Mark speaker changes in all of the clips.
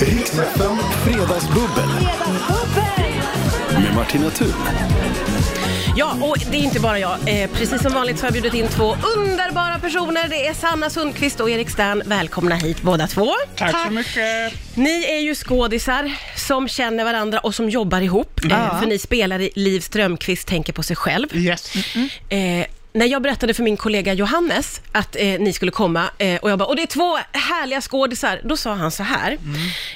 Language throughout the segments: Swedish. Speaker 1: Riksfem Fredagsbubbel med Martina Thun.
Speaker 2: Ja, och det är inte bara jag. Eh, precis som vanligt så har jag bjudit in två underbara personer. Det är Sanna Sundqvist och Erik Stern. Välkomna hit båda två.
Speaker 3: Tack, så mycket.
Speaker 2: Ni är ju skådisar som känner varandra och som jobbar ihop. Eh, för ni spelar i Liv Strömquist tänker på sig själv.
Speaker 3: Yes.
Speaker 2: Eh, när jag berättade för min kollega Johannes att eh, ni skulle komma eh, och jag bara, och det är två härliga skådisar, då sa han så här.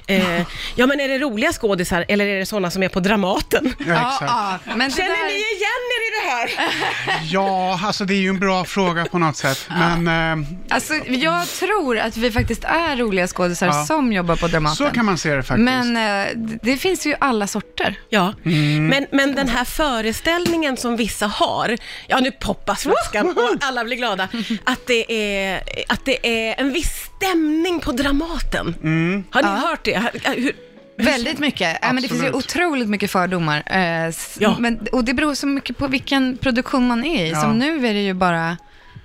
Speaker 3: Mm.
Speaker 2: Eh, ja men är det roliga skådisar eller är det sådana som är på Dramaten?
Speaker 3: Ja,
Speaker 4: Ja,
Speaker 3: exakt.
Speaker 4: ja, men det
Speaker 2: Känner
Speaker 4: där,
Speaker 2: ni igen er i det här?
Speaker 3: ja, alltså det är ju en bra fråga på något sätt. Men eh,
Speaker 4: alltså, jag tror att vi faktiskt är roliga skådisar
Speaker 3: Ja.
Speaker 4: som jobbar på Dramaten.
Speaker 3: så kan man se det faktiskt.
Speaker 4: Men eh, d- det finns ju alla sorter.
Speaker 2: Ja,
Speaker 3: Mm.
Speaker 2: men, men den här föreställningen som vissa har, ja nu poppas flaskan och alla blir glada, att det är, att det är en viss stämning på Dramaten.
Speaker 3: Mm.
Speaker 2: Har ni hört det? Har- Hur,
Speaker 4: Väldigt mycket. Ja, men det finns ju
Speaker 3: Absolut.
Speaker 4: otroligt mycket fördomar. eh, s-
Speaker 2: Ja.
Speaker 4: Men, och det beror så mycket på vilken produktion man är i.
Speaker 3: Ja.
Speaker 4: Som nu är det ju bara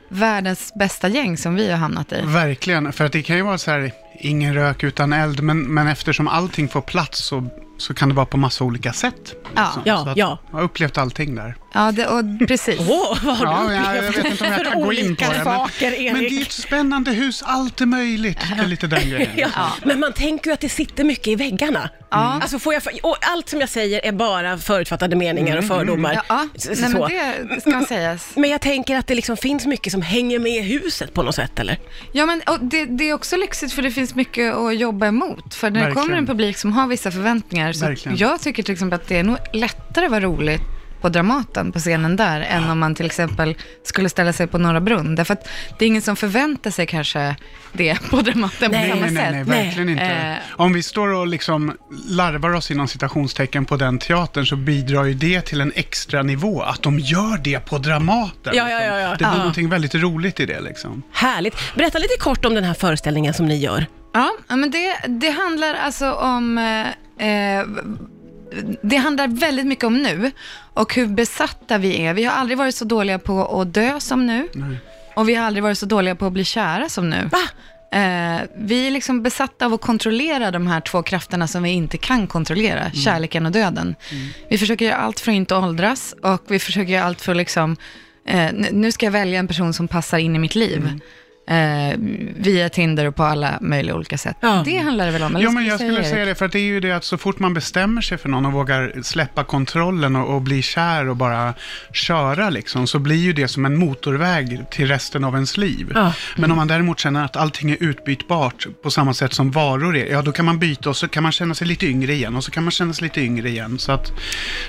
Speaker 4: världens bästa gäng som vi har hamnat i.
Speaker 3: Verkligen, för att det kan ju vara så här, ingen rök utan eld, men, men eftersom allting får plats så, så kan det vara på massa olika sätt.
Speaker 4: Ja.
Speaker 3: Så-
Speaker 2: Ja,
Speaker 3: så att
Speaker 2: ja.
Speaker 3: Jag har upplevt allting där.
Speaker 4: Ja, det, och precis.
Speaker 2: Åh, vad har
Speaker 3: Ja,
Speaker 2: du
Speaker 3: jag, jag vet inte om jag
Speaker 2: för
Speaker 3: kan gå in på
Speaker 2: olika
Speaker 3: det.
Speaker 2: saker,
Speaker 3: Men, men det är ju
Speaker 2: Erik?
Speaker 3: ett spännande hus, allt är möjligt. Det är lite den grejen.
Speaker 2: Ja, men man tänker ju att det sitter mycket i väggarna. Alltså får jag, och allt som jag säger är bara förutfattade meningar
Speaker 3: Mm.
Speaker 2: och fördomar.
Speaker 4: Ja, ja.
Speaker 2: S-
Speaker 4: Nej, men
Speaker 2: så.
Speaker 4: det ska sägas.
Speaker 2: men jag tänker att det liksom finns mycket som hänger med i huset på något sätt, eller?
Speaker 4: Ja, men och det, det är också lyxigt för det finns mycket att jobba emot. För när det
Speaker 3: Verkligen.
Speaker 4: kommer en publik som har vissa förväntningar, så
Speaker 3: Verkligen.
Speaker 4: jag tycker till exempel att det är nog lättare att vara rolig på Dramaten, på scenen där, än om man till exempel skulle ställa sig på Norra Brunn. Därför att det är ingen som förväntar sig kanske det på Dramaten
Speaker 2: Nej.
Speaker 4: på samma
Speaker 3: Nej, nej, nej,
Speaker 4: sätt.
Speaker 2: Nej.
Speaker 3: verkligen
Speaker 4: Eh.
Speaker 3: inte. Om vi står och liksom larvar oss inom citationstecken på den teatern så bidrar ju det till en extra nivå, att de gör det på Dramaten.
Speaker 2: Ja, ja, ja,
Speaker 3: liksom.
Speaker 2: ja.
Speaker 3: Det blir
Speaker 2: Ja.
Speaker 3: någonting väldigt roligt i det liksom.
Speaker 2: Härligt. Berätta lite kort om den här föreställningen som ni gör.
Speaker 4: Ja, ja, men det, det handlar alltså om... eh, Eh, det handlar väldigt mycket om nu och hur besatta vi är. Vi har aldrig varit så dåliga på att dö som nu. Och vi har aldrig varit så dåliga på att bli kära som nu.
Speaker 2: Va?
Speaker 4: Eh, vi är liksom besatta av att kontrollera de här två krafterna som vi inte kan kontrollera,
Speaker 3: Mm.
Speaker 4: kärleken och döden. Vi försöker göra allt för att inte åldras och vi försöker göra allt för att liksom, eh, n- nu ska jag välja en person som passar in i mitt
Speaker 3: Mm.
Speaker 4: liv. Eh, via Tinder och på alla möjliga olika sätt.
Speaker 2: Ja.
Speaker 4: Det handlar det väl om? eller
Speaker 3: Ja,
Speaker 4: ska
Speaker 3: men
Speaker 4: vi
Speaker 3: jag skulle
Speaker 4: Erik?
Speaker 3: säga det, för att det är ju det att så fort man bestämmer sig för någon och vågar släppa kontrollen och, och bli kär och bara köra liksom, så blir ju det som en motorväg till resten av ens liv.
Speaker 2: Ja.
Speaker 3: Men om man däremot känner att allting är utbytbart på samma sätt som varor är, ja då kan man byta och så kan man känna sig lite yngre igen och så kan man känna sig lite yngre igen. Så att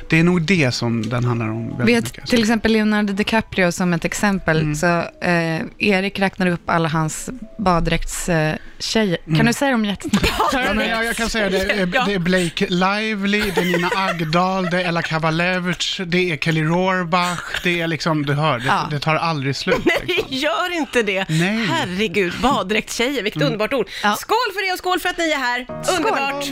Speaker 3: det är nog det som den handlar om väldigt
Speaker 4: Vi har
Speaker 3: mycket.
Speaker 4: till exempel Leonardo DiCaprio som ett exempel.
Speaker 3: Mm.
Speaker 4: Så eh, Erik räknar upp alla hans baddräktstjejer. Eh, tjejer.
Speaker 3: Mm.
Speaker 4: Kan du säga dem jättesnabbt?
Speaker 3: Ja, men jag, jag kan säga det. Eh,
Speaker 2: Ja.
Speaker 3: Det är Blake Lively, det är Nina Agdal, det är Ella Kavalevich, det är Kelly Rohrbach. Det är liksom, du hör, det,
Speaker 4: Ja.
Speaker 3: det tar aldrig slut.
Speaker 2: Nej, gör inte det.
Speaker 3: Nej.
Speaker 2: Herregud, baddräktstjejer, vilket underbart ord.
Speaker 4: Ja.
Speaker 2: Skål för det och skål för att ni är här. Underbart.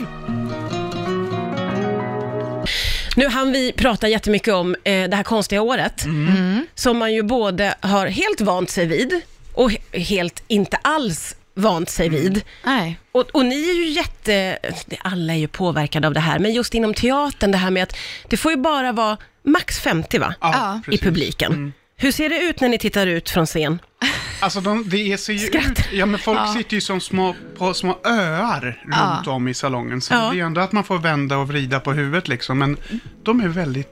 Speaker 2: Nu hann vi prata jättemycket om eh, det här konstiga året, som man ju både har helt vant sig vid och he- helt inte alls vant sig vid.
Speaker 4: Nej.
Speaker 2: Och, och ni är ju jätte, alla är ju påverkade av det här, men just inom teatern, det här med att det får ju bara vara max 50 va?
Speaker 4: Ja.
Speaker 2: i
Speaker 3: precis. Mm.
Speaker 2: publiken. Hur ser det ut när ni tittar ut från scen?
Speaker 3: Alltså de, det ser ju
Speaker 2: Skratt.
Speaker 3: ut, ja men folk sitter ju som små, på små öar runt om i salongen. Så
Speaker 2: Ja.
Speaker 3: det är ju ändå att man får vända och vrida på huvudet liksom. Men de är väldigt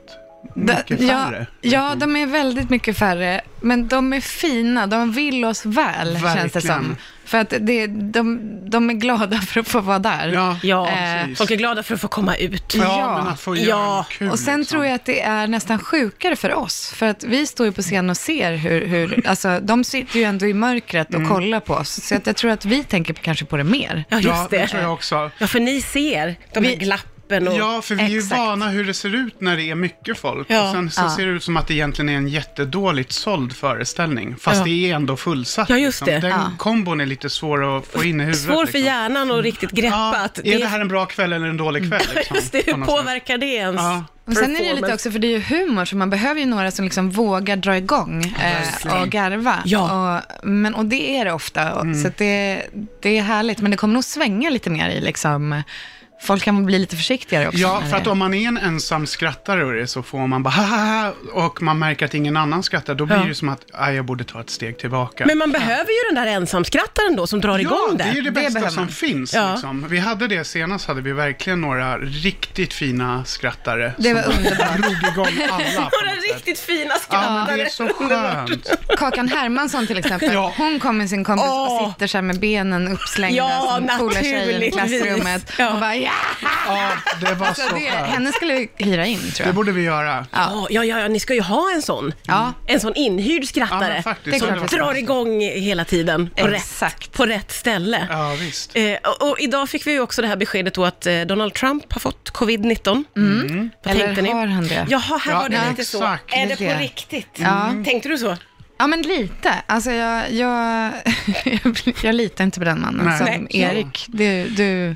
Speaker 3: mycket
Speaker 4: ja,
Speaker 3: färre.
Speaker 4: ja, de är väldigt mycket färre, men de är fina. De vill oss väl, känns det
Speaker 3: Verkligen.
Speaker 4: som. För att det, de, de är glada för att få vara där.
Speaker 3: Ja,
Speaker 2: Ja,
Speaker 3: precis.
Speaker 2: folk är glada för att få komma ut.
Speaker 3: ja,
Speaker 4: Ja.
Speaker 3: men att få göra
Speaker 2: Ja.
Speaker 3: något kul.
Speaker 4: Och sen
Speaker 3: liksom.
Speaker 4: tror jag att det är nästan sjukare för oss, för att vi står ju på scen och ser hur, hur alltså de sitter ju ändå i mörkret och
Speaker 3: Mm.
Speaker 4: kollar på oss, så att jag tror att vi tänker på- kanske på det mer.
Speaker 2: Ja,
Speaker 3: liksom. Ja,
Speaker 2: just
Speaker 3: det
Speaker 2: det.
Speaker 3: tror jag också.
Speaker 2: Ja, för ni ser de här
Speaker 4: Vi-
Speaker 2: glappen och...
Speaker 3: Ja, för vi är ju
Speaker 4: Exakt.
Speaker 3: vana hur det ser ut när det är mycket folk.
Speaker 2: Ja.
Speaker 3: Och sen så
Speaker 4: Ja.
Speaker 3: ser det ut som att det egentligen är en jättedåligt såld föreställning. Fast
Speaker 2: Ja.
Speaker 3: det är ändå fullsatt.
Speaker 2: Ja, just det.
Speaker 3: Liksom. Den
Speaker 4: Ja.
Speaker 3: kombon är lite svår att få in i huvudet.
Speaker 2: Svår för
Speaker 3: liksom.
Speaker 2: hjärnan att riktigt greppa.
Speaker 3: Ja,
Speaker 2: att
Speaker 3: Är det här en bra kväll eller en dålig kväll? Liksom,
Speaker 2: Just det,
Speaker 3: på
Speaker 2: hur
Speaker 3: något sätt?
Speaker 2: påverkar det ens
Speaker 3: Ja.
Speaker 4: Och sen är det ju lite
Speaker 2: performance?
Speaker 4: också, för det är ju humor, så man behöver ju några som liksom vågar dra igång eh, och garva.
Speaker 2: Ja.
Speaker 4: Och, men, och det är det ofta, och, så att det, det är härligt. Men det kommer nog svänga lite mer i liksom, folk kan bli lite försiktigare också.
Speaker 3: Ja,
Speaker 4: när
Speaker 3: för
Speaker 4: det-
Speaker 3: att om man är en ensam skrattare och det, så får man bara ha och man märker att ingen annan skrattar, då blir
Speaker 2: Ja.
Speaker 3: det som att "Aj, jag borde ta ett steg tillbaka.
Speaker 2: Men man behöver ju den där ensamskrattaren då som drar
Speaker 3: ja,
Speaker 2: igång
Speaker 3: det är ju det
Speaker 4: Det
Speaker 3: bästa
Speaker 4: behöver
Speaker 3: som
Speaker 4: man.
Speaker 3: finns.
Speaker 2: Ja.
Speaker 3: Liksom. Vi hade det senast, hade vi verkligen några riktigt fina skrattare.
Speaker 4: Det var
Speaker 3: som bara
Speaker 4: underbart.
Speaker 3: drog igång alla på
Speaker 2: Några
Speaker 3: något sätt.
Speaker 2: riktigt fina
Speaker 3: Ja,
Speaker 2: skrattare.
Speaker 3: men det är så skönt.
Speaker 4: Kakan Hermansson till exempel,
Speaker 3: Ja.
Speaker 4: hon kom med sin kompis
Speaker 2: Åh.
Speaker 4: och sitter så här med benen uppslängda
Speaker 2: Ja,
Speaker 4: som coola tjejer i
Speaker 2: naturligtvis.
Speaker 4: klassrummet.
Speaker 2: Ja.
Speaker 4: Och bara, ja!
Speaker 3: Ja, det var så
Speaker 4: Så Alltså, det,
Speaker 3: skönt.
Speaker 4: henne skulle vi hyra in tror
Speaker 3: Det
Speaker 4: jag.
Speaker 3: borde vi göra.
Speaker 2: Ja, ja, ja, ja, ni ska ju ha en sån.
Speaker 4: Ja.
Speaker 2: En sån inhyrd
Speaker 3: Ja,
Speaker 2: skrattare
Speaker 3: men faktiskt,
Speaker 4: Det är
Speaker 2: som
Speaker 4: klart.
Speaker 2: drar igång hela tiden på, rätt,
Speaker 4: Exakt.
Speaker 2: på rätt ställe.
Speaker 3: Ja, visst.
Speaker 2: Eh, och, och idag fick vi ju också det här beskedet då att eh, Donald Trump har fått covid-19. Vad
Speaker 4: Mm. Eller
Speaker 2: tänkte ni?
Speaker 4: har han det?
Speaker 2: Jaha,
Speaker 3: Mm.
Speaker 2: här
Speaker 3: Ja,
Speaker 2: var det
Speaker 3: nej,
Speaker 2: lite
Speaker 3: exakt. Mm.
Speaker 2: så. Är det
Speaker 4: Det
Speaker 2: på
Speaker 4: är det.
Speaker 2: riktigt?
Speaker 4: Ja.
Speaker 2: Tänkte du så?
Speaker 4: Ja, men lite. Alltså, jag, jag, jag litar inte på den mannen
Speaker 3: Nej.
Speaker 4: som
Speaker 2: Nej.
Speaker 4: Erik. Du, du...
Speaker 3: I-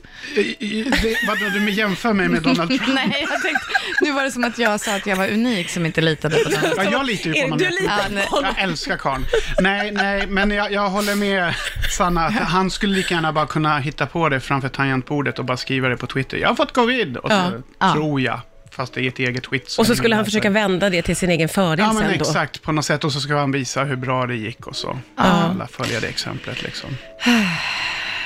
Speaker 3: i- det- Vadå, du jämför mig med Donald Trump?
Speaker 4: Nej, jag tänkte, nu var det som att jag sa att jag var unik som inte litade på den.
Speaker 3: Ja, jag litar ju på
Speaker 2: Erik,
Speaker 3: honom.
Speaker 2: du litar
Speaker 4: Ja, nej.
Speaker 2: på honom.
Speaker 3: Jag älskar karln. Nej, nej, men jag, jag håller med Sanna. Att han skulle lika gärna bara kunna hitta på det framför tangentbordet och bara skriva det på Twitter. Jag har fått covid! Och så
Speaker 4: Ja.
Speaker 3: tror jag, fast det är ett eget skit.
Speaker 2: Och så skulle han försöka vända det till sin egen fördel
Speaker 3: Ja, men
Speaker 2: sen då.
Speaker 3: exakt. På något sätt. Och så ska han visa hur bra det gick och så. Alla följer det exemplet liksom. Ja,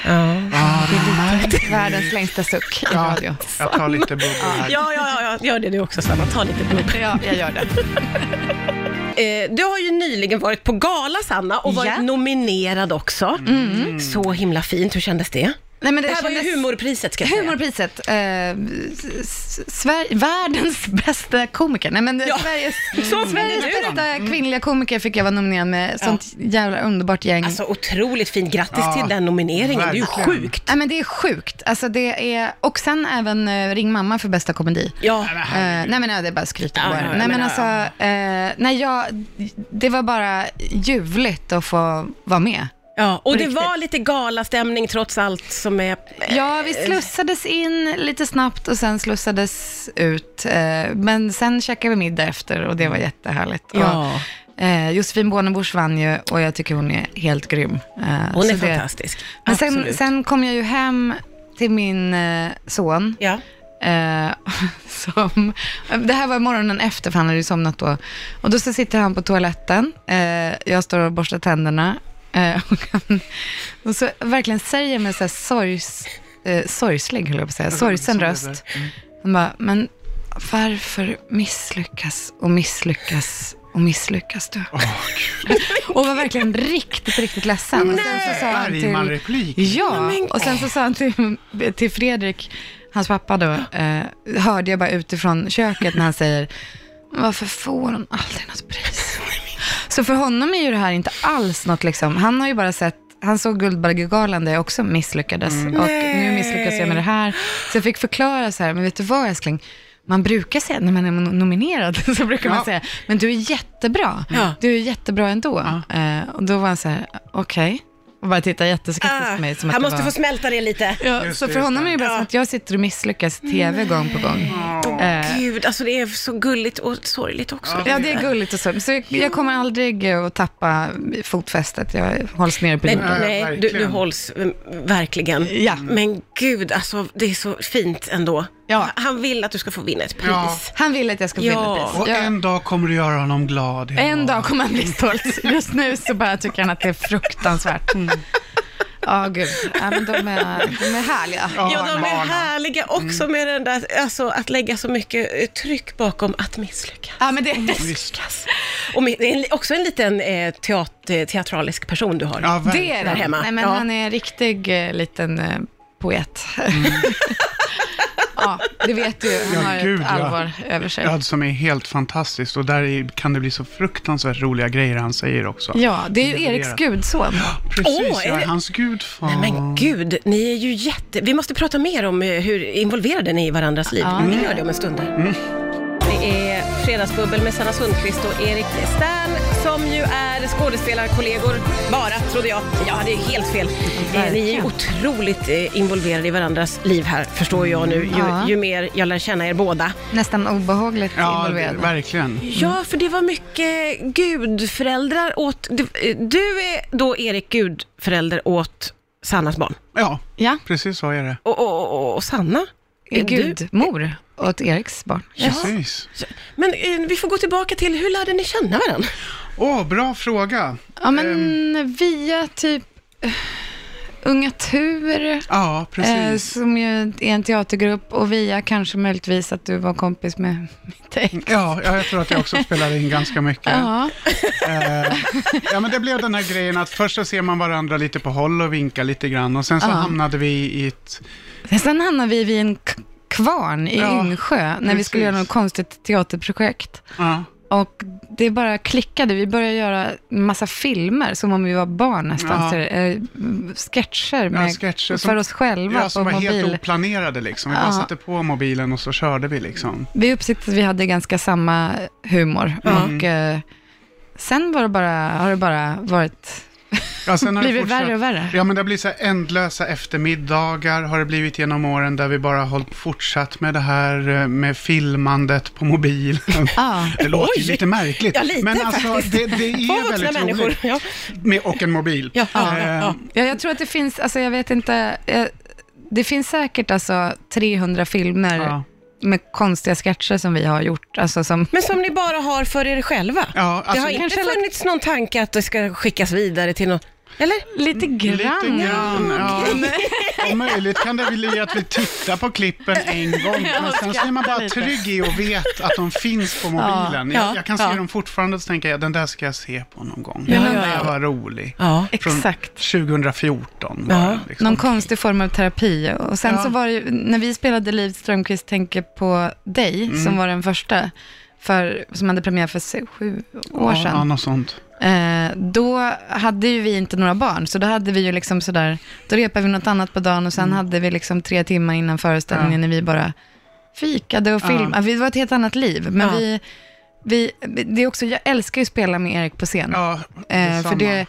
Speaker 3: det är lite...
Speaker 4: Världens längsta suck i
Speaker 3: Ja,
Speaker 4: radio.
Speaker 3: jag tar lite bubblor här.
Speaker 2: Ja, ja, ja, ja, gör det du också Sanna. Ta lite
Speaker 3: Mm.
Speaker 2: blod.
Speaker 4: Ja, jag gör det.
Speaker 2: Eh, du har ju nyligen varit på gala Sanna och varit
Speaker 4: Ja.
Speaker 2: nominerad också.
Speaker 3: Mm.
Speaker 2: Så himla fint, hur kändes det?
Speaker 4: Nej, men det,
Speaker 2: Det här var ju
Speaker 4: kändes-
Speaker 2: humorpriset ska jag säga.
Speaker 4: Humorpriset. Eh, s- Sver- världens bästa komiker. Nej, men
Speaker 2: Ja.
Speaker 4: Sveriges,
Speaker 2: Så
Speaker 4: Sveriges
Speaker 2: Sveriges bästa.
Speaker 4: bästa kvinnliga komiker fick jag vara nominerad med. Sånt jävla underbart gäng.
Speaker 2: Alltså otroligt fint, grattis
Speaker 3: Ja,
Speaker 2: till den nomineringen, det är ju
Speaker 3: verkligen.
Speaker 2: sjukt.
Speaker 4: Nej, men det är sjukt. Alltså, det är, och sen även eh, Ring mamma för bästa komedi.
Speaker 2: Ja,
Speaker 3: Nej, men
Speaker 4: Eh,
Speaker 3: herregud.
Speaker 4: nej men nej, det är bara att skryta
Speaker 2: Ja,
Speaker 4: på
Speaker 2: ja,
Speaker 4: er.
Speaker 2: ja,
Speaker 4: Nej
Speaker 2: men,
Speaker 4: men
Speaker 2: ja,
Speaker 4: alltså, eh, nej jag, det var bara ljuvligt att få vara med.
Speaker 2: ja. och det
Speaker 4: riktigt.
Speaker 2: var lite galastämning trots allt som är...
Speaker 4: Ja,
Speaker 2: Eh,
Speaker 4: vi slussades in lite snabbt och sen slussades ut. Eh, men sen käkade vi middag efter och det var jättehärligt.
Speaker 2: Ja.
Speaker 4: Och, eh, Josefin Bornebusch vann ju och jag tycker hon är helt grym. Eh,
Speaker 2: Hon
Speaker 4: så
Speaker 2: är
Speaker 4: det-
Speaker 2: fantastisk.
Speaker 4: Men sen,
Speaker 2: Absolut.
Speaker 4: sen kom jag ju hem till min eh, son.
Speaker 2: Ja.
Speaker 4: Eh, som, det här var morgonen efter, för han hade ju somnat då. Och då så sitter han på toaletten, eh, jag står och borstar tänderna. Eh, och, han, och så verkligen säger med så här sorgs, eh, sorgslig, höll jag på att säga, sorgsen röst.
Speaker 3: Mm.
Speaker 4: Han bara, men varför misslyckas och misslyckas och misslyckas du?
Speaker 3: Åh, gud.
Speaker 4: Och var verligen riktigt, riktigt ledsen. Och sen så sa han till,
Speaker 3: Bergman-replik.
Speaker 4: Ja,
Speaker 2: Men-
Speaker 4: och sen så sa han till, till Fredrik, hans pappa då, eh, hörde jag bara utifrån köket när han säger, varför får hon aldrig något pris? Så för honom är ju det här inte alls något liksom, han har ju bara sett han såg Guldbaggegalan där jag också misslyckades
Speaker 2: Mm.
Speaker 4: och nu misslyckas jag med det här. Så jag fick förklara så här, men vet du vad älskling, man brukar säga när man är nominerad, så brukar
Speaker 3: Ja.
Speaker 4: man säga, men du är jättebra,
Speaker 2: Ja.
Speaker 4: du är jättebra ändå. Eh, och då var han så här, okej, och bara tittade jätteskeptiskt
Speaker 2: Ah,
Speaker 4: på mig. Som att
Speaker 2: han
Speaker 4: det
Speaker 2: måste
Speaker 4: var... Eh.
Speaker 2: få smälta det lite.
Speaker 4: Ja,
Speaker 3: Just
Speaker 4: så
Speaker 3: det,
Speaker 4: för
Speaker 3: just
Speaker 4: honom
Speaker 3: det.
Speaker 4: är det bara
Speaker 2: Ja.
Speaker 4: som att jag sitter och misslyckas i tv gång på gång. Eh,
Speaker 2: Gud, alltså det är så gulligt och sorgligt också.
Speaker 4: ja, det är gulligt och så. Så jag, jag kommer aldrig eh, att tappa fotfästet. Jag hålls nere på
Speaker 2: Nej,
Speaker 4: jorden.
Speaker 3: Ja,
Speaker 2: nej du, du
Speaker 3: verkligen.
Speaker 2: hålls mm, verkligen.
Speaker 4: Ja.
Speaker 2: Men gud, alltså det är så fint ändå.
Speaker 4: Ja.
Speaker 2: Han vill att du ska få vinna ett pris.
Speaker 3: Ja.
Speaker 4: Han vill att jag ska få
Speaker 2: Ja.
Speaker 4: vinna
Speaker 3: Och
Speaker 4: pris. Jag,
Speaker 3: en dag kommer du göra honom glad. Helena.
Speaker 4: en dag kommer han bli stolt. Just nu så bara tycker han att det är fruktansvärt. Ja, gud. Mm. Ja, men de, är, de är härliga.
Speaker 2: Ja, de är
Speaker 3: barnen.
Speaker 2: härliga också
Speaker 3: Mm.
Speaker 2: med den där, alltså att lägga så mycket eh, tryck bakom att misslyckas.
Speaker 4: Ja, men det
Speaker 3: Mm. Visst.
Speaker 2: Och med, det är en- också en liten eh, teat, eh, teatralisk person du har.
Speaker 3: Ja,
Speaker 4: Det
Speaker 3: verkligen.
Speaker 4: är
Speaker 2: Där
Speaker 4: det.
Speaker 2: hemma.
Speaker 4: Nej, men
Speaker 2: Ja.
Speaker 4: han är en riktig eh, liten eh, poet. ja, det vet du. Han
Speaker 3: Mm. Ja,
Speaker 4: har
Speaker 3: gud,
Speaker 4: ett
Speaker 3: ja.
Speaker 4: allvar över sig.
Speaker 3: Ja, som är helt fantastiskt. Och där i- kan det bli så fruktansvärt roliga grejer han säger också.
Speaker 4: Ja, det är ju Eriks
Speaker 3: Levererat.
Speaker 4: gudson.
Speaker 3: Precis,
Speaker 2: Åh, är
Speaker 3: jag
Speaker 2: det-
Speaker 3: är hans gudfar.
Speaker 2: Nej, men gud, ni är ju jätte... Vi måste prata mer om eh, hur involverade ni är i varandras liv. Vi gör det om en stund. Där. Det är Fredagsbubbel med Sanna Sundqvist och Erik Stern som ju är skådespelarkollegor, bara trodde jag. Jag hade ju helt fel. Eh, Ni är ju otroligt eh, involverade i varandras liv här, förstår jag nu, ju,
Speaker 4: Ja.
Speaker 2: ju mer jag lär känna er båda.
Speaker 4: Nästan obehagligt
Speaker 3: Ja, det,
Speaker 4: involverad.
Speaker 3: verkligen.
Speaker 2: Ja, för det var mycket gudföräldrar åt... Du, eh, du är då Erik gudförälder åt Sannas barn.
Speaker 3: Ja,
Speaker 4: Ja,
Speaker 3: precis så är det.
Speaker 2: Och, och, och, och Sanna Är du-
Speaker 4: gudmor åt Eriks barn.
Speaker 3: Precis.
Speaker 2: Men eh, vi får gå tillbaka till, hur lärde ni känna varandra?
Speaker 3: Åh, bra fråga.
Speaker 4: Ja,
Speaker 3: Ehm.
Speaker 4: men via typ eh, Unga Tur,
Speaker 3: Ja,
Speaker 4: eh,
Speaker 3: precis.
Speaker 4: som ju är en teatergrupp, och via kanske möjligtvis att du var kompis med mitt ex.
Speaker 3: Ja, ja, jag tror att jag också spelade in ganska mycket.
Speaker 4: Ja,
Speaker 3: Eh, ja, men det blev den här grejen att först så ser man varandra lite på håll och vinkar lite grann och sen så
Speaker 4: Ja.
Speaker 3: hamnade vi i ett...
Speaker 4: sen hamnade vi vid en k- kvarn i
Speaker 3: Ja,
Speaker 4: Yngsjö, när vi skulle göra något
Speaker 3: precis.
Speaker 4: konstigt teaterprojekt.
Speaker 3: Ja,
Speaker 4: Och det bara klickade. Vi började göra massa filmer, som om vi var barn nästan.
Speaker 3: Ja.
Speaker 4: Så, eh, sketcher, med,
Speaker 3: sketcher som-
Speaker 4: för oss själva
Speaker 3: ja, som
Speaker 4: på
Speaker 3: var helt
Speaker 4: mobil.
Speaker 3: oplanerade liksom. Vi bara
Speaker 4: Ja.
Speaker 3: satte på mobilen och så körde vi liksom.
Speaker 4: Vi upptäckte att vi hade ganska samma humor.
Speaker 3: Mm.
Speaker 4: Och eh, sen var det bara, har det bara varit,
Speaker 3: Ja, sen Alltså, har det
Speaker 4: blivit
Speaker 3: fortsatt-
Speaker 4: värre och värre.
Speaker 3: Ja, men det har blivit så här ändlösa eftermiddagar har det blivit genom åren där vi bara har hållit- fortsatt med det här eh, med filmandet på mobilen.
Speaker 4: Ja.
Speaker 3: Det låter ju
Speaker 2: Oj!
Speaker 3: lite märkligt.
Speaker 2: Ja, lite
Speaker 3: men alltså,
Speaker 2: faktiskt.
Speaker 3: det, det
Speaker 2: Två
Speaker 3: är
Speaker 2: vuxna
Speaker 3: väldigt
Speaker 2: människor.
Speaker 3: roligt.
Speaker 2: Ja.
Speaker 3: Med, och en mobil.
Speaker 2: Ja, ja,
Speaker 3: Eh,
Speaker 2: ja.
Speaker 4: Ja, jag tror att det finns, alltså jag vet inte, eh, det finns säkert alltså 300 filmer
Speaker 3: Ja. Mm,
Speaker 4: med konstiga sketcher som vi har gjort. Alltså som,
Speaker 2: Men som ni bara har för er själva?
Speaker 3: Ja,
Speaker 2: det
Speaker 3: alltså-
Speaker 2: har inte
Speaker 4: Kanske lagt-
Speaker 2: funnits någon tanke att det ska skickas vidare till någon, eller?
Speaker 4: lite grann.
Speaker 3: Lite grann, ja. Om möjligt kan det bli att vi tittar på klippen en gång, men sen så är man bara trygg i och vet att de finns på mobilen.
Speaker 2: Ja,
Speaker 3: Jag, jag kan se
Speaker 2: ja.
Speaker 3: dem fortfarande och så tänker jag, den där ska jag se på någon gång.
Speaker 2: Ja,
Speaker 3: den
Speaker 2: ja,
Speaker 3: där
Speaker 2: ja.
Speaker 3: var rolig.
Speaker 2: Ja.
Speaker 3: Från
Speaker 4: Exakt.
Speaker 3: 2014 var
Speaker 2: Ja.
Speaker 3: den, liksom.
Speaker 4: Någon konstig form av terapi. Och sen
Speaker 3: Ja.
Speaker 4: så var det ju, när vi spelade Liv Strömquist tänker på dig,
Speaker 3: Mm.
Speaker 4: som var den första, för, som hade premiär för se- sju år
Speaker 3: Ja, Ja,
Speaker 4: sedan.
Speaker 3: något sånt.
Speaker 4: Eh, då hade ju vi inte några barn, så då hade vi ju liksom sådär, då repade vi något annat på dagen och sen hade vi liksom tre timmar innan föreställningen när vi bara fikade och
Speaker 3: Ja.
Speaker 4: filmade. Vi var ett helt annat liv, men
Speaker 2: Ja.
Speaker 4: vi, vi, det är också, jag älskar ju att spela med Erik på scen.
Speaker 3: Ja,
Speaker 4: Eh, för
Speaker 3: detsamma.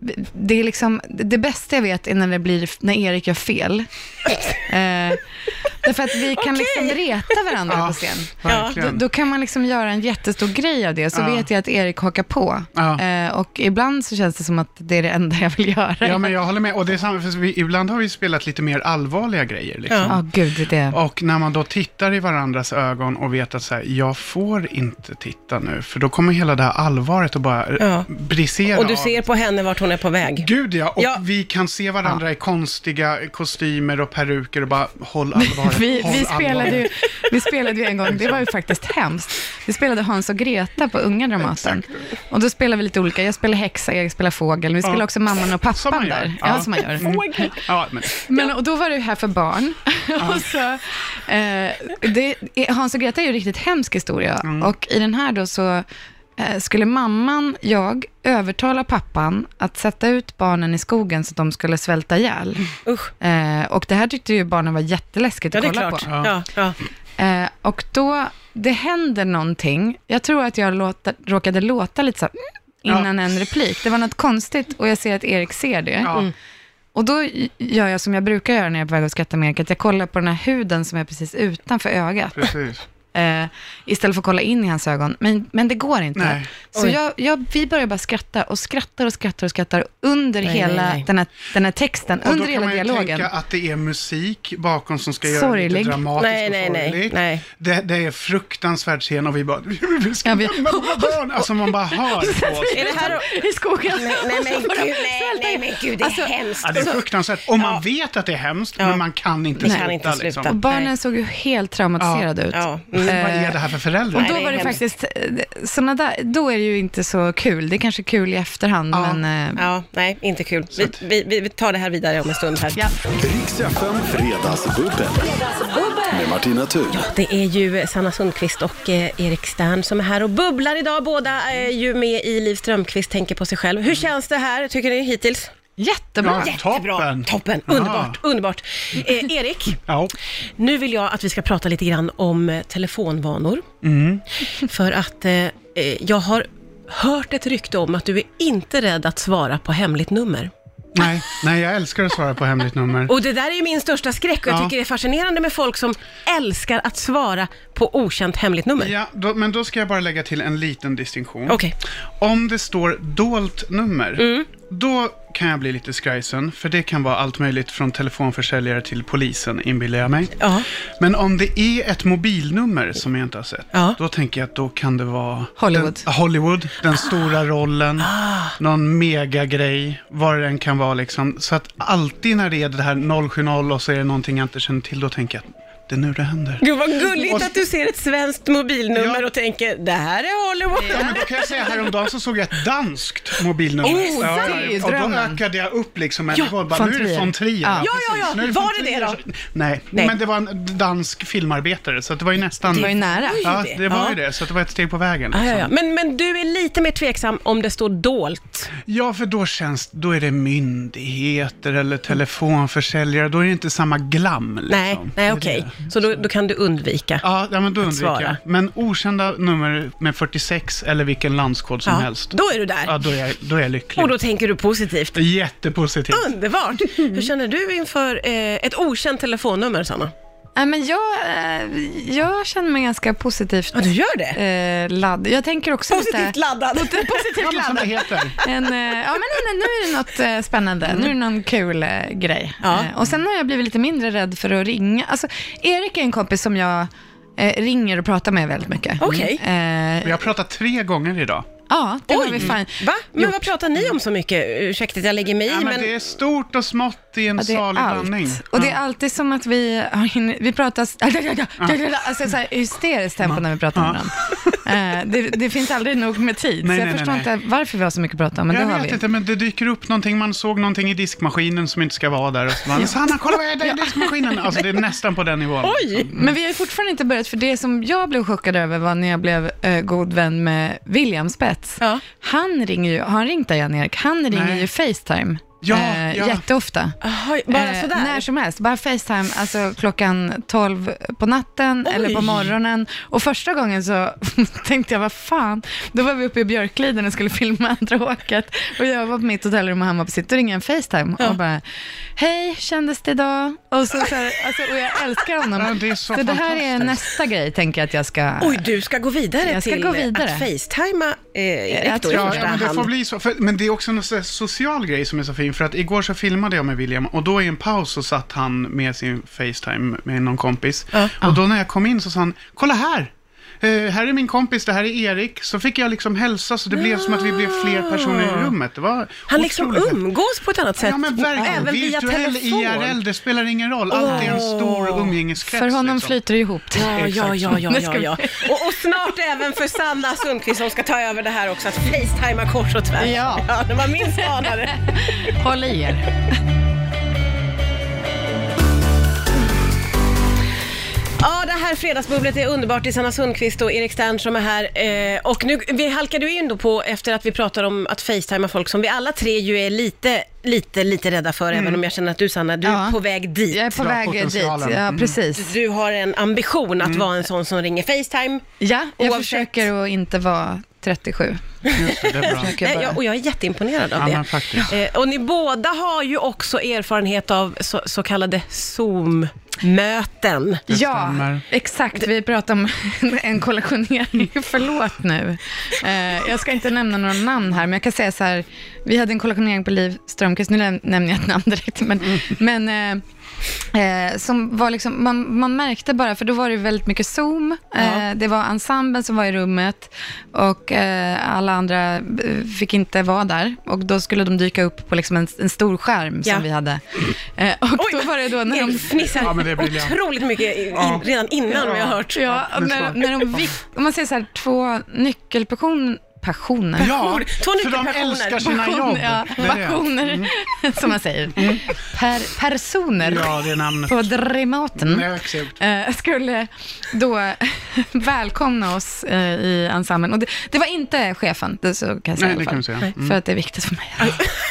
Speaker 4: det, det är liksom, det bästa jag vet är när det blir, när Erik gör fel. eh, därför att vi kan liksom reta varandra
Speaker 3: Ja,
Speaker 4: på scen. Då,
Speaker 3: verkligen.
Speaker 4: då kan man liksom göra en jättestor grej av det, så
Speaker 3: Ja.
Speaker 4: vet jag att Erik hakar på.
Speaker 3: Ja.
Speaker 4: Eh, och ibland så känns det som att det är det enda jag vill göra.
Speaker 3: Ja, men jag håller med. Och det är samma, för vi, ibland har vi spelat lite mer allvarliga grejer. Liksom.
Speaker 2: Ja.
Speaker 4: Ja, gud, det är
Speaker 3: Och när man då tittar i varandras ögon och vet att så här, jag får inte titta nu, för då kommer hela det här allvaret att bara
Speaker 2: Ja.
Speaker 3: ja. brisera
Speaker 2: Och du
Speaker 3: av.
Speaker 2: ser på henne vart hon är på väg?
Speaker 3: Gud ja, och
Speaker 2: Ja.
Speaker 3: vi kan se varandra i konstiga kostymer och peruker och bara håll allvaret,
Speaker 4: Vi,
Speaker 3: håll
Speaker 4: vi, spelade ju,
Speaker 3: allvaret.
Speaker 4: vi spelade ju en gång, det var ju faktiskt hemskt. Vi spelade Hans och Greta på Unga Dramaten. Och då spelade vi lite olika. Jag spelade häxa, jag spelade fågel. Vi spelade
Speaker 3: Ja.
Speaker 4: också mamman och
Speaker 3: Som
Speaker 4: pappan
Speaker 3: man gör.
Speaker 4: där.
Speaker 3: Ja. Mm.
Speaker 4: Ja, som man gör.
Speaker 3: Ja, men,
Speaker 4: Men, och då var det ju här för barn. och så, eh, det, Hans och Greta är ju en riktigt hemsk historia.
Speaker 2: Mm.
Speaker 4: Och i den här då så eh, skulle mamman, jag, övertala pappan att sätta ut barnen i skogen så att de skulle svälta ihjäl.
Speaker 2: Usch.
Speaker 4: Eh, och det här tyckte ju barnen var jätteläskigt
Speaker 2: Ja,
Speaker 4: att
Speaker 2: det är
Speaker 4: kolla
Speaker 2: klart.
Speaker 4: på.
Speaker 3: Ja.
Speaker 2: Ja, ja.
Speaker 4: Eh, och då, det händer någonting. Jag tror att jag låta, råkade låta lite så här, mm, innan en replik. Det var något konstigt och jag ser att Erik ser det.
Speaker 3: ja.
Speaker 4: Och då gör jag som jag brukar göra när jag är på väg att skratta med Erik, att jag kollar på den här huden som är precis utanför ögat.
Speaker 3: precis.
Speaker 4: Eh, istället för att kolla in i hans ögon. Men, men det går inte.
Speaker 3: Nej.
Speaker 4: Så
Speaker 2: Oj.
Speaker 4: jag, jag, vi börjar bara skratta och skrattar och skrattar och skrattar under
Speaker 2: Nej,
Speaker 4: hela
Speaker 2: nej, nej.
Speaker 4: Den, här, den här texten,
Speaker 3: Och
Speaker 4: under
Speaker 3: då kan
Speaker 4: hela
Speaker 3: man ju
Speaker 4: dialogen.
Speaker 3: tänka att det är musik bakom som ska göra det
Speaker 4: Sorglig.
Speaker 3: lite dramatiskt
Speaker 2: Nej,
Speaker 3: och
Speaker 2: nej, nej,
Speaker 3: sorgligt.
Speaker 2: nej.
Speaker 3: Det, det är fruktansvärt scen och vi bara, vi ska
Speaker 4: Ja, vi-
Speaker 3: gömma våra barn. Alltså man bara hör på oss.
Speaker 2: Är det här...
Speaker 4: I skogen.
Speaker 2: Nej, nej, men
Speaker 4: Och så bara-
Speaker 2: gud, nej, nej, men gud, det är hemskt.
Speaker 3: Alltså, Ja, det är fruktansvärt. Och man vet att det är hemskt, men man kan inte
Speaker 2: Man
Speaker 3: sluta.
Speaker 2: kan inte sluta.
Speaker 3: Liksom.
Speaker 4: Och barnen
Speaker 2: Nej.
Speaker 4: såg ju helt traumatiserade ut.
Speaker 2: Ja.
Speaker 3: Vad
Speaker 2: Mm.
Speaker 3: är det här för föräldrar?
Speaker 4: Eh, Och då
Speaker 2: Nej, det är
Speaker 4: var det
Speaker 2: hemskt.
Speaker 4: faktiskt, eh, såna där, då är det ju inte så kul. Det är kanske kul i efterhand,
Speaker 3: Ja.
Speaker 4: men... eh,
Speaker 2: Ja, nej, inte kul. Vi, vi, vi- vi tar det här vidare om en stund här.
Speaker 1: Riks FM Fredagsbubbel. Med Martina Thun.
Speaker 2: Det är ju Sanna Sundqvist och eh, Erik Stern som är här och bubblar idag. Båda är ju med i Liv Strömquist, tänker på sig själv. Hur känns det här, tycker ni, hittills?
Speaker 4: Jättebra.
Speaker 3: Ja.
Speaker 2: Jättebra.
Speaker 3: Toppen.
Speaker 2: Toppen.
Speaker 3: Ja.
Speaker 2: Underbart, underbart. Eh, Erik,
Speaker 3: Ja.
Speaker 2: nu vill jag att vi ska prata lite grann om eh, telefonvanor.
Speaker 3: Mm.
Speaker 2: För att eh, eh, jag har hört ett rykte om att du är inte rädd att svara på hemligt nummer.
Speaker 3: Nej, nej, jag älskar att svara på hemligt nummer.
Speaker 2: Och det där är ju min största skräck och jag
Speaker 3: Ja.
Speaker 2: tycker det är fascinerande med folk som älskar att svara på okänt hemligt nummer.
Speaker 3: Ja, då, men då ska jag bara lägga till en liten distinktion.
Speaker 2: Okej. Mm.
Speaker 3: Om det står dolt nummer, då kan jag bli lite skrajsen, för det kan vara allt möjligt från telefonförsäljare till polisen, inbillar jag mig.
Speaker 2: Ja.
Speaker 3: Men om det är ett mobilnummer som jag inte har sett,
Speaker 2: Ja.
Speaker 3: då tänker jag att då kan det vara
Speaker 4: Hollywood.
Speaker 3: Den, Hollywood, den
Speaker 2: Ah.
Speaker 3: stora rollen, någon megagrej, vad det än kan vara liksom. Så att alltid när det är det här 070 och så är det någonting jag inte känner till, då tänker jag att det är nu det händer.
Speaker 2: Gud vad gulligt att du ser ett svenskt mobilnummer
Speaker 3: Ja.
Speaker 2: och tänker det här är Hollywood.
Speaker 3: Ja, men då kan jag säga häromdagen så såg jag ett danskt mobilnummer.
Speaker 2: Oh,
Speaker 4: det är ju
Speaker 3: och då
Speaker 4: drömmen.
Speaker 3: ökade jag upp liksom en
Speaker 2: Ja, Ah.
Speaker 3: nivå. Bara, nu är det
Speaker 4: Fontrier.
Speaker 3: von Trier.
Speaker 4: Ja.
Speaker 2: Ja, ja, ja.
Speaker 3: precis. Nu
Speaker 2: Var
Speaker 3: von
Speaker 2: det
Speaker 3: Trier
Speaker 2: det då?
Speaker 3: som- Nej.
Speaker 2: Nej.
Speaker 3: men det var en dansk filmarbetare så att det var ju nästan...
Speaker 4: Det var ju nära.
Speaker 3: Ja,
Speaker 2: det.
Speaker 3: det var ju
Speaker 2: Ja. Ah,
Speaker 3: det. Så att det var ett steg på vägen.
Speaker 2: Ja,
Speaker 3: Liksom.
Speaker 2: ja, ja. Men, men du är lite mer tveksam om det står dolt.
Speaker 3: Ja, för då känns, då är det myndigheter eller telefonförsäljare. Då är det inte samma glam. Liksom.
Speaker 2: Nej,
Speaker 3: Det
Speaker 2: nej
Speaker 3: är
Speaker 2: okej.
Speaker 3: det.
Speaker 2: Så då, då kan du undvika.
Speaker 3: Ja, ja, men då undviker jag.
Speaker 2: svara.
Speaker 3: Men okända nummer med 46 eller vilken landskod som
Speaker 2: Ja,
Speaker 3: helst.
Speaker 2: Då är du där.
Speaker 3: Ja, då är jag, då är jag lycklig.
Speaker 2: Och då tänker du positivt.
Speaker 3: Jättepositivt.
Speaker 2: Underbart! Hur känner du inför eh, ett okänt telefonnummer, Sanna?
Speaker 4: Nej, men jag, eh, jag känner mig ganska positivt
Speaker 2: Ja, du gör det?
Speaker 4: eh, ladd. Jag tänker också
Speaker 2: Positivt
Speaker 4: lite...
Speaker 2: laddad.
Speaker 3: Ja, men som det heter.
Speaker 4: En, eh, ja, men en, nu är det något eh, spännande. Nu är det någon kul eh, grej.
Speaker 2: Ja.
Speaker 4: Eh, och sen har jag blivit lite mindre rädd för att ringa. Alltså, Erik är en kompis som jag eh, ringer och pratar med väldigt mycket.
Speaker 2: Okej.
Speaker 4: Mm.
Speaker 3: Vi
Speaker 4: Eh,
Speaker 3: har pratat tre gånger idag.
Speaker 4: ja, det har vi fan.
Speaker 2: Va? Men vad pratar ni om så mycket? Ursäkta att jag lägger mig i,
Speaker 3: Ja, men
Speaker 2: men...
Speaker 3: det är stort och smått i en
Speaker 4: Ja, det är
Speaker 3: salig blandning.
Speaker 4: allt. Och det är alltid som att vi har hin- vi pratar s- alltså, så här, hysteriskt tempo när vi pratar med varandra. Eh, det, det finns aldrig nog med tid,
Speaker 3: Nej,
Speaker 4: så jag
Speaker 3: nej,
Speaker 4: förstår
Speaker 3: nej, nej.
Speaker 4: inte varför vi har så mycket att prata om, men
Speaker 3: jag
Speaker 4: det har
Speaker 3: vet
Speaker 4: vi.
Speaker 3: inte, men det dyker upp någonting. Man såg någonting i diskmaskinen som inte ska vara där. Och så man, Sanna, kolla vad är det i diskmaskinen? Alltså det är nästan på den nivån.
Speaker 2: Oj!
Speaker 4: Men vi har ju fortfarande inte börjat, för det som jag blev chockad över var när jag blev eh, god vän med William Spets.
Speaker 2: Ja.
Speaker 4: Han ringer ju, har han ringt dig Jan-Erik? Han ringer
Speaker 3: Nej.
Speaker 4: ju Facetime. eh,
Speaker 3: Ja, ja.
Speaker 4: Jätteofta.
Speaker 2: Aha, bara
Speaker 4: Eh,
Speaker 2: sådär?
Speaker 4: när som helst, bara Facetime, alltså klockan 12 på natten
Speaker 2: Oj.
Speaker 4: eller på morgonen. Och första gången så tänkte jag, vad fan, då var vi uppe i Björkliden och skulle filma andra åket. Och jag var på mitt hotellrum och han var på sitt, och ringde en Facetime och bara, hej, kändes det idag? Och, så, så här, alltså, och jag älskar honom.
Speaker 3: Ja, det är så
Speaker 4: det här är
Speaker 3: fantastiskt.
Speaker 4: nästa grej, tänker jag att jag ska...
Speaker 2: Oj, du ska gå vidare
Speaker 4: Jag ska
Speaker 2: till
Speaker 4: gå
Speaker 2: eh,
Speaker 4: vidare.
Speaker 2: att facetima eh,
Speaker 4: jag
Speaker 2: Erik då i
Speaker 4: tror-
Speaker 3: Ja,
Speaker 2: första
Speaker 3: ja, men det får
Speaker 2: hand.
Speaker 3: bli så. För, men det är också en sån här social grej som är så fin. För att igår så filmade jag med William och då i en paus så satt han med sin Facetime med någon kompis. Och då när jag kom in så sa han, kolla här! Eh, här är min kompis, det här är Erik. Så fick jag liksom hälsa så det blev som att vi blev fler personer i rummet. Det var
Speaker 2: Han liksom
Speaker 3: otroligt häftigt.
Speaker 2: umgås på ett annat sätt.
Speaker 3: Ja men verkligen.
Speaker 2: Även via
Speaker 3: Virtuell
Speaker 2: telefon.
Speaker 3: IRL, det spelar ingen roll. Allt är en stor umgängeskrets.
Speaker 4: För honom
Speaker 3: liksom.
Speaker 4: flyter det ihop.
Speaker 2: Ja, ja, ja, ja,
Speaker 4: Det
Speaker 2: ja,
Speaker 4: ska
Speaker 2: ja. Och, och snart även för Sanna Sundqvist som ska ta över det här också, att facetima kors och tvärs.
Speaker 4: Ja.
Speaker 2: ja det var min spanare.
Speaker 4: Håll i er.
Speaker 2: Ja, det här fredagsbubblet är underbart. Det är Sanna Sundqvist och Erik Stern som är här. Eh, och nu, vi halkade ju in då på, efter att vi pratade om att facetima folk som vi alla tre ju är lite, lite, lite rädda för, även om jag känner att du Sanna, du
Speaker 4: Mm. Ja.
Speaker 2: är på väg dit.
Speaker 4: Jag är på
Speaker 3: Bra
Speaker 4: väg dit.
Speaker 3: potentialen.
Speaker 4: Ja,
Speaker 3: Mm.
Speaker 4: precis.
Speaker 2: Du har en ambition
Speaker 4: Mm.
Speaker 2: att vara en sån som ringer Facetime.
Speaker 4: Ja, jag
Speaker 2: Oavsett.
Speaker 4: försöker att inte vara 37.
Speaker 3: Just det, det är bra.
Speaker 4: Försöker
Speaker 2: Nej,
Speaker 4: bara.
Speaker 2: jag, och jag är jätteimponerad av
Speaker 3: Ja,
Speaker 2: det.
Speaker 3: men faktiskt.
Speaker 2: Eh, och ni båda har ju också erfarenhet av så, så kallade Zoom-möten.
Speaker 3: Det
Speaker 4: ja,
Speaker 3: stämmer.
Speaker 4: exakt. Vi pratar om en- en kollationering. Förlåt nu. Eh, jag ska inte nämna några namn här, men jag kan säga så här. Vi hade en kollationering på Liv Strömquist. Nu näm- nämner jag ett namn direkt, men,
Speaker 2: Mm.
Speaker 4: men eh, eh, som var liksom, man, man märkte bara, för då var det väldigt mycket Zoom. Eh, Det var ensemblen som var i rummet och eh, alla andra eh, fick inte vara där. Och då skulle de dyka upp på liksom en, en stor skärm
Speaker 2: Ja.
Speaker 4: som vi hade. Eh, och
Speaker 2: Oj,
Speaker 4: då var det då när de
Speaker 2: Erik fnissar
Speaker 3: Ja, men det är briljant.
Speaker 2: otroligt mycket i, i,
Speaker 3: Ja.
Speaker 2: redan innan vi har hört.
Speaker 4: Ja,
Speaker 3: Ja, det är
Speaker 4: när,
Speaker 3: klart.
Speaker 4: när de vik- om man säger så här, två nyckelpersoner, passioner.
Speaker 3: Ja,
Speaker 2: Två
Speaker 3: för de
Speaker 2: nyckelpersoner.
Speaker 3: älskar sina jobb.
Speaker 4: ja,
Speaker 3: Det är det. Mm.
Speaker 4: passioner, som man säger. Per, personer
Speaker 3: Ja, Mm. det är namnet.
Speaker 4: på Dramaten
Speaker 3: Ja, exakt.
Speaker 4: eh, skulle då välkomna oss eh, i ensemblen. Och det, det var inte chefen, det så kan jag säga
Speaker 3: Nej,
Speaker 4: i alla
Speaker 3: det kan
Speaker 4: fall.
Speaker 3: vi säga. Mm.
Speaker 4: För att det är viktigt för mig.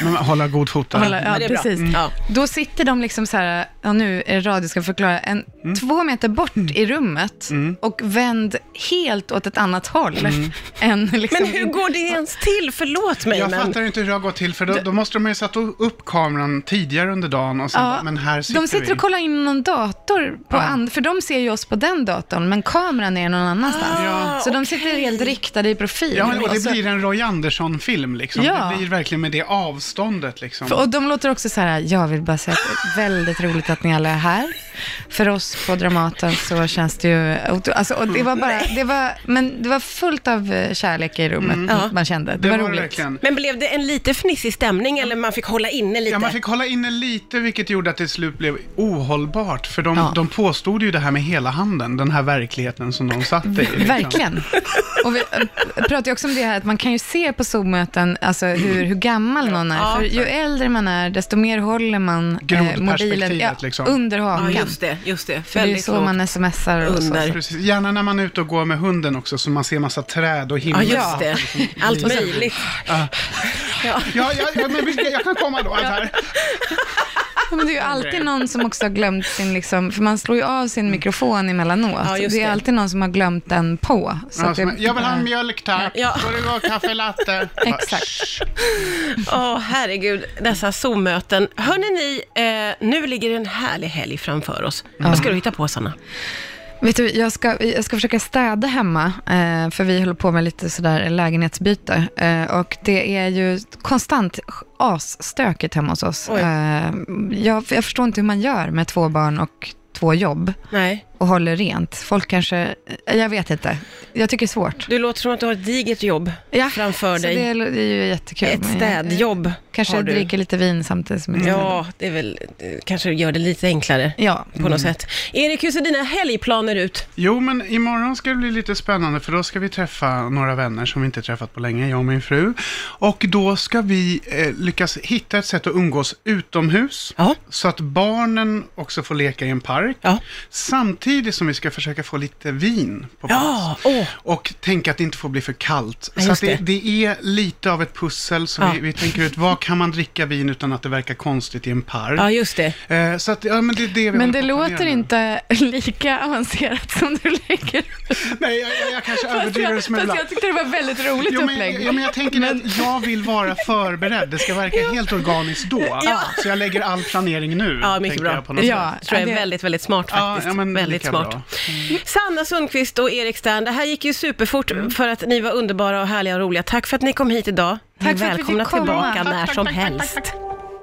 Speaker 3: Men hålla god fot där.
Speaker 4: Hålla-
Speaker 2: men det är bra.
Speaker 4: precis.
Speaker 2: Mm. Ja.
Speaker 4: Då sitter de liksom så här, ja, nu är det radio, ska jag förklara, en,
Speaker 3: Mm.
Speaker 4: två meter bort i rummet och vänd helt åt ett annat håll.
Speaker 3: Mm.
Speaker 4: Än liksom,
Speaker 2: Men hur går det ens till? Förlåt mig,
Speaker 3: Jag
Speaker 2: men...
Speaker 3: fattar inte hur det har gått till, för då, då måste de ju satt upp kameran tidigare under dagen och sen
Speaker 4: Ja,
Speaker 3: bara, men här sitter
Speaker 4: de sitter
Speaker 3: vi.
Speaker 4: och kollar in någon dator, på
Speaker 3: Ja.
Speaker 4: and, för de ser ju oss på den datorn, men kameran än är någon annanstans.
Speaker 3: Ja.
Speaker 4: så de sitter helt riktade i profil.
Speaker 3: Ah, Ja, men, och det
Speaker 4: Alltså-
Speaker 3: blir en Roy Andersson-film liksom.
Speaker 4: Ja.
Speaker 3: Det blir verkligen med det avståndet liksom.
Speaker 4: För, och de låter också så här, jag vill bara säga att det är väldigt roligt att ni alla är här. För oss på Dramaten så känns det ju, alltså, och det var bara,
Speaker 2: Mm.
Speaker 4: det var, men det var fullt av eh, kärlek i rummet,
Speaker 2: Mm. Ja.
Speaker 4: man kände. Det,
Speaker 3: det
Speaker 4: var,
Speaker 3: var,
Speaker 4: roligt.
Speaker 3: verkligen.
Speaker 2: Men blev det en lite fnissig stämning eller man fick hålla inne lite?
Speaker 3: Ja, man fick hålla inne lite, vilket gjorde att det till slut blev ohållbart. För de,
Speaker 4: Ja.
Speaker 3: de påstod ju det här med hela handen, den här verkligheten som de satt i. Liksom.
Speaker 4: Verkligen. Och vi eh, pratar ju också om det här att man kan ju se på Zoom-möten alltså hur, hur gammal någon är. För ju äldre man är, desto mer håller man eh, mobilen
Speaker 3: Grodperspektivet, liksom.
Speaker 4: under
Speaker 2: Ja,
Speaker 4: hakan.
Speaker 2: just det. Just det.
Speaker 4: För det är så man smsar och så.
Speaker 2: Under.
Speaker 3: Precis. Gärna när man är ute och går med hunden också, så man ser massa träd och
Speaker 2: Ja,
Speaker 3: himmel.
Speaker 2: just det. Allt möjligt.
Speaker 3: Ja, ja, ja, men vilka- jag kan komma då. Alltså här.
Speaker 4: Ja, men det är ju alltid någon som också har glömt sin, liksom, för man slår ju av sin mikrofon emellanåt.
Speaker 2: Ja, just
Speaker 4: det är
Speaker 2: det.
Speaker 4: alltid någon som har glömt den på. Så
Speaker 3: Ja,
Speaker 4: att
Speaker 3: som
Speaker 4: det,
Speaker 3: är, jag vill ha en mjölk tack.
Speaker 2: Ja.
Speaker 3: Får det vara kaffe latte?
Speaker 4: Exakt.
Speaker 2: Åh, herregud, dessa Zoom-möten. Hörrni ni, eh, nu ligger en härlig helg framför oss. Vad ska du hitta på, Sanna?
Speaker 4: Vet du, jag ska, jag ska försöka städa hemma, eh, för vi håller på med lite sådär lägenhetsbyte. Eh, och det är ju konstant asstökigt hemma hos oss.
Speaker 2: Oj.
Speaker 4: Eh, jag, jag förstår inte hur man gör med två barn och två jobb
Speaker 2: Nej,
Speaker 4: och håller rent. Folk kanske, eh, jag vet inte. Jag tycker det är svårt.
Speaker 2: du låter som att du har ett digert jobb
Speaker 4: Ja,
Speaker 2: framför
Speaker 4: så
Speaker 2: dig.
Speaker 4: det är, det är ju jättekul. Eh,
Speaker 2: Ett
Speaker 4: men jag-
Speaker 2: städjobb
Speaker 4: Kanske
Speaker 2: har
Speaker 4: jag
Speaker 2: du.
Speaker 4: dricker lite vin samtidigt som jag städar.
Speaker 2: Ja, det är väl, det kanske gör det lite enklare
Speaker 4: Ja.
Speaker 2: på något sätt. Erik, hur ser dina helgplaner ut?
Speaker 3: Jo, men imorgon ska det bli lite spännande för då ska vi träffa några vänner som vi inte träffat på länge, jag och min fru. Och då ska vi eh, lyckas hitta ett sätt att umgås utomhus.
Speaker 2: Ja.
Speaker 3: Så att barnen också får leka i en park.
Speaker 2: Ja.
Speaker 3: Samtidigt som vi ska försöka få lite vin på plats.
Speaker 2: Ja,
Speaker 4: Mm.
Speaker 2: åh.
Speaker 3: Och tänka att det inte får bli för kallt.
Speaker 2: Ja,
Speaker 3: så att
Speaker 2: just
Speaker 3: det, det är lite av ett pussel. Så
Speaker 2: Ja.
Speaker 3: vi, vi tänker ut, vad kan man dricka vin utan att det verkar konstigt i en park?
Speaker 2: Ja, just det.
Speaker 3: Eh, så att, ja, men det är det vi
Speaker 4: Men
Speaker 3: håller
Speaker 4: det
Speaker 3: på att planera
Speaker 4: låter
Speaker 3: nu.
Speaker 4: inte lika avancerat som du lägger
Speaker 3: Nej, jag, jag, jag kanske överdriver en
Speaker 4: Fast
Speaker 3: smula.
Speaker 4: jag tyckte det var väldigt roligt
Speaker 3: Jo, men,
Speaker 4: upplägg.
Speaker 3: ja, men jag tänker att jag vill vara förberedd. Det ska verka helt organiskt då. Så jag lägger all planering nu.
Speaker 2: Ja, mycket
Speaker 3: tänker
Speaker 2: bra.
Speaker 3: Jag på något
Speaker 4: Ja.
Speaker 3: sätt.
Speaker 2: tror jag är
Speaker 4: det-
Speaker 2: väldigt, väldigt smart faktiskt.
Speaker 3: ja, men
Speaker 2: väldigt
Speaker 3: lika bra.
Speaker 2: smart. Mm. Sanna Sundqvist och Erik Stern, det här gick ju superfort
Speaker 4: Mm.
Speaker 2: för att ni var underbara och härliga och roliga. Tack för att ni kom hit idag.
Speaker 4: Tack
Speaker 2: ni
Speaker 4: för
Speaker 2: är
Speaker 4: att vi fick
Speaker 2: välkomna
Speaker 4: komma.
Speaker 2: tillbaka när
Speaker 4: Tack,
Speaker 2: som helst.